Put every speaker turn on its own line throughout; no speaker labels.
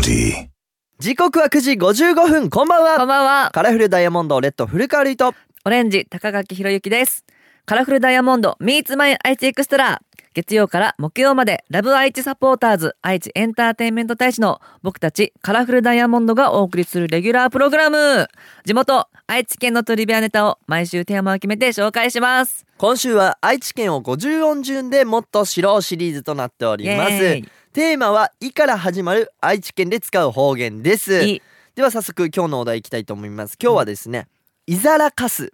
tea.
時刻は9時55分こんばん
こ
は
んばんは。
カラフルダイヤモンドレッド古川瑠衣と
オレンジ、高垣博之です。カラフルダイヤモンド、Meets My 愛知エクストラ。月曜から木曜まで、ラブ愛知サポーターズ、愛知エンターテインメント大使の僕たちカラフルダイヤモンドがお送りするレギュラープログラム。地元、愛知県のトリビアネタを毎週テーマを決めて紹介します。
今週は愛知県を50音順でもっと知ろうシリーズとなっておりま
イ
す
エーイ
テーマは「い」から始まる愛知県で使う方言です
いい
では早速今日のお題いきたいと思います今日はですね「いざらかす」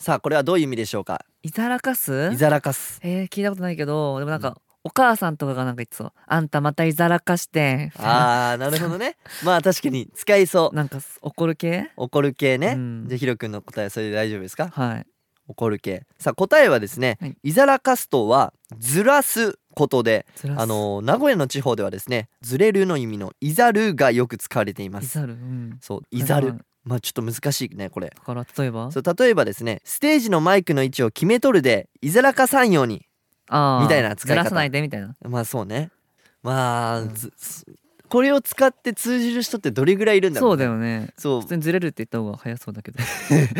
さあこれはどういう意味でしょうか
いざらかす
いざらかす
えー、聞いたことないけど、でもなんか、お母さんとかがなんか言ってそう。あんたまたいざらかして。
あーなるほどねまあ確かに使いそう
なんか怒る系
怒る系ね、
うん
じゃあひろくんの答えはそれで大丈夫ですか
はい。
怒る系さあ答えはですね、
はい
い、ざらかすとはずらすことで
ずらす
あ、の名古屋の地方ではですねずれるの意味のいざるがよく使われていま
い
す
ざる。うん。
そういざ
だ
る
か
まあちょっと難しいねこれ
ら。だから、例えば
そう例えばですねステージのマイクの位置を決めとるでいざらかさんように
あー
みたいな使い方
ずらさないでみたいな。
まあそうねまあ、
うん
ずこれを使って通じる人ってどれぐらいいるんだろ
そううだ
ね
よね。
そう
普通にずれるって言った方が早そうだけど。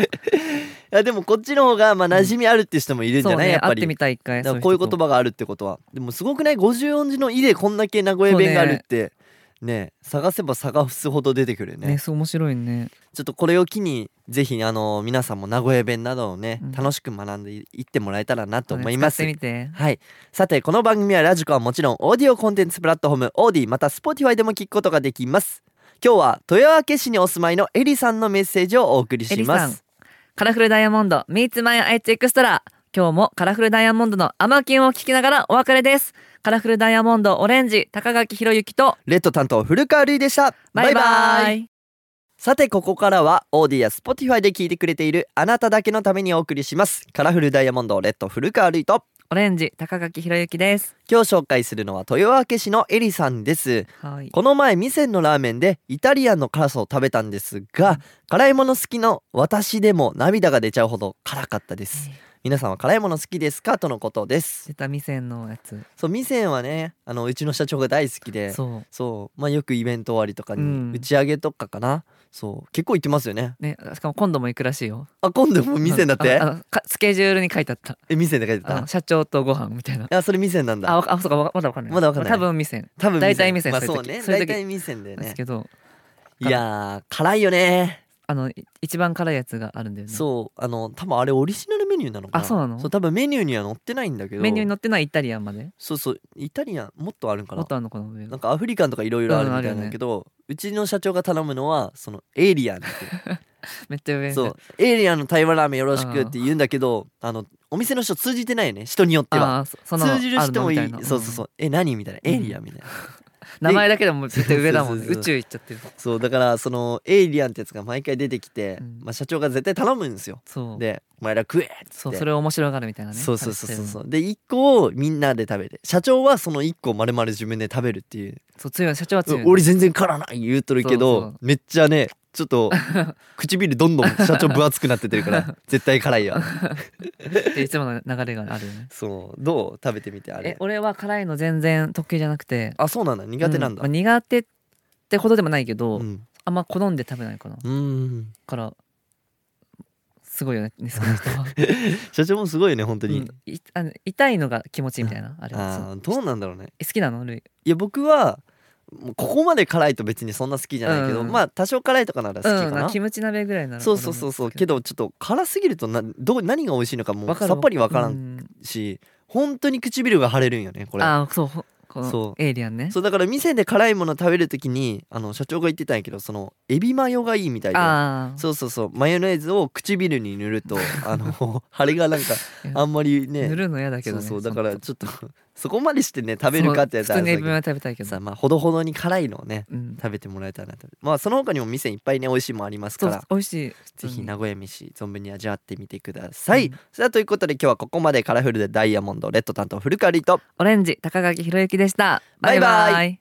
いやでもこっちの方がまあ馴染みあるって人もいるんじ
そ
ゃ
う
ない、
ね。
やっぱ
会っ
り
てみたい一回。
だからこういう
そ
言
人と。
葉があるってことはでもすごくない50音字の「い」でこんだけ名古屋弁があるってね探せば探すほど出てくるよね
ね、そう面白いね。
ちょっとこれを機にぜひあの皆さんも名古屋弁などをね、
うん
楽しく学んでいってもらえたらなと思います
使ってみて。
はいさてこの番組はラジコはもちろんオーディオコンテンツプラットフォームオーディまた Spotify でも聞くことができます今日は豊明市にお住まいのエリさんのメッセージをお送り
エ
し
リさ
ま
ん
す。
カラフルダイヤモンド、Meets My 愛知エクストラ。今日もカラフルダイヤモンドの甘キュンを聞きながらお別れです。カラフルダイヤモンド、オレンジ、高垣博之と、
レッド担当古川瑠衣でした
バイバ
バイバイ
イ
さてここからはオーディや Spotify で聞いてくれているあなただけのためにお送りしますカラフルダイヤモンドレッド古川瑠衣と
オレンジ、高垣博之です。
今日紹介するのは豊明市のエリさんです
はい。
この前店のラーメンでイタリアンの辛さを食べたんですが辛いもの好きの私でも涙が出ちゃうほど辛かったです皆さんは辛いもの好きですかとのことです
出た店のやつ。
そう店はねあのうちの社長が大好きで
そう。
そうまあよくイベント終わりとか
う
に
ん
打ち上げとかかなそう結構行ってますよね
ね、しかも今度も行くらしいよ。
あ今度も店だっ
う
て
んあのあのかスケジュールに書いてあった。
え、店で書いて
あ
た
の。社長とご飯みたいな。
あ、それ店なんだ。
あ、わかあ、そうか、わまだわかんない。
まだわかんない
多分店
多分
大体店
まあ
そ
そう
ういう時
ね。
そうい
大
う時
体店だよ
です
ね。
けど、
いやー、辛いよね。
あのい一番辛いやつがあるんだよね。
そう、あの、多分あれオリジナルメニューなのかな。
あそうなの
そう、多分メニューには載ってないんだけど。
メニューに載ってないイタリアンまで。
そうそう、イタリアンもっとあるんか
も
な
っ。とあるのこの上。
なんかアフリカンとかいろいろある
うん
みたいなんだけど、うちの社長が頼むのは、そのエイリアンっていう
めっちゃ上。
そう、エイリアンの台湾ラーメンよろしく
うん
って言うんだけど、あの、お店の人通じてないよね。人によっては。
あーそその
通じる人もい
あ
い
のみた。な
そうそうそうう。え、何みたいな。エイリアンみたいな。
ん名前だけでも絶対上だもんね。
そうそうそう
宇宙行っちゃってる。
そうだからそのエイリアンってやつが毎回出てきて、
うん
まあ、社長が絶対頼むんですよ
そう。
で「お前ら食え!」っつ
そ
っ
う
て
それを面白がるみたいなね。
そうそうそうそう
そう。
で1個をみんなで食べて社長はその1個を丸々自分で食べるっていう
そう強い社長は強い
「
ね。
俺全然からない!」言うとるけど
そうそ
めっちゃねちょっ と唇どんどん社長分厚くなってってるから絶対辛いよ。
っていつもの流れがあるよね
そうどう食べてみてあ
え
れ、
俺は辛いの全然得意じゃなくて。
あそうなんだ苦手なんだ
うまあ苦手ってほどでもないけど、
うん
あんま好んで食べないかな。
うん
からすごいよねねその人は
社長もすご いよね本当に、
うんいあの痛いのが気持ちいいみたいなあれ
あ
そ
あ
う
どうなんだろうね
え好きなのルイ
いや僕はもうここまで辛いと別にそんな好きじゃないけど、
うん
まあ多少辛いとかなら好きか
うん
な、
あキムチ鍋ぐらいなら
そうそうそうそうけ
ど
どちょっと辛すぎるとなどう何が美味しいのかもうさっぱりわからんし、本当に唇が腫れるんよねこれ
ああそうほこ
そ
のエイリアンね
そうだから店で辛いもの食べる時にあの社長が言ってたんやけどそのエビマヨがいいみたいで
ああ
そうそうそうマヨネーズを唇に塗る とあの腫れがなんかあんまりね
塗るの嫌だけどね
そうそうだから
そ
ちょっとそこまでしてね食べる
そう
かってやつ
普
はあ
通
れ
に
だけ
エビ
ど
マヨ食べたいけど
さあまあほどほどに辛いのをね
うん
食べてもらえたらなとまあその他にも店いっぱいね美味しいもんありますか
そう
ら
美味しい普通
ぜ
に
ひ名古屋飯存分に味わってみてください、
うん
さあということで今日はここまでカラフルでダイヤモンドレッド担当古川リと
オレンジ高垣博之でした
バイバイ
イ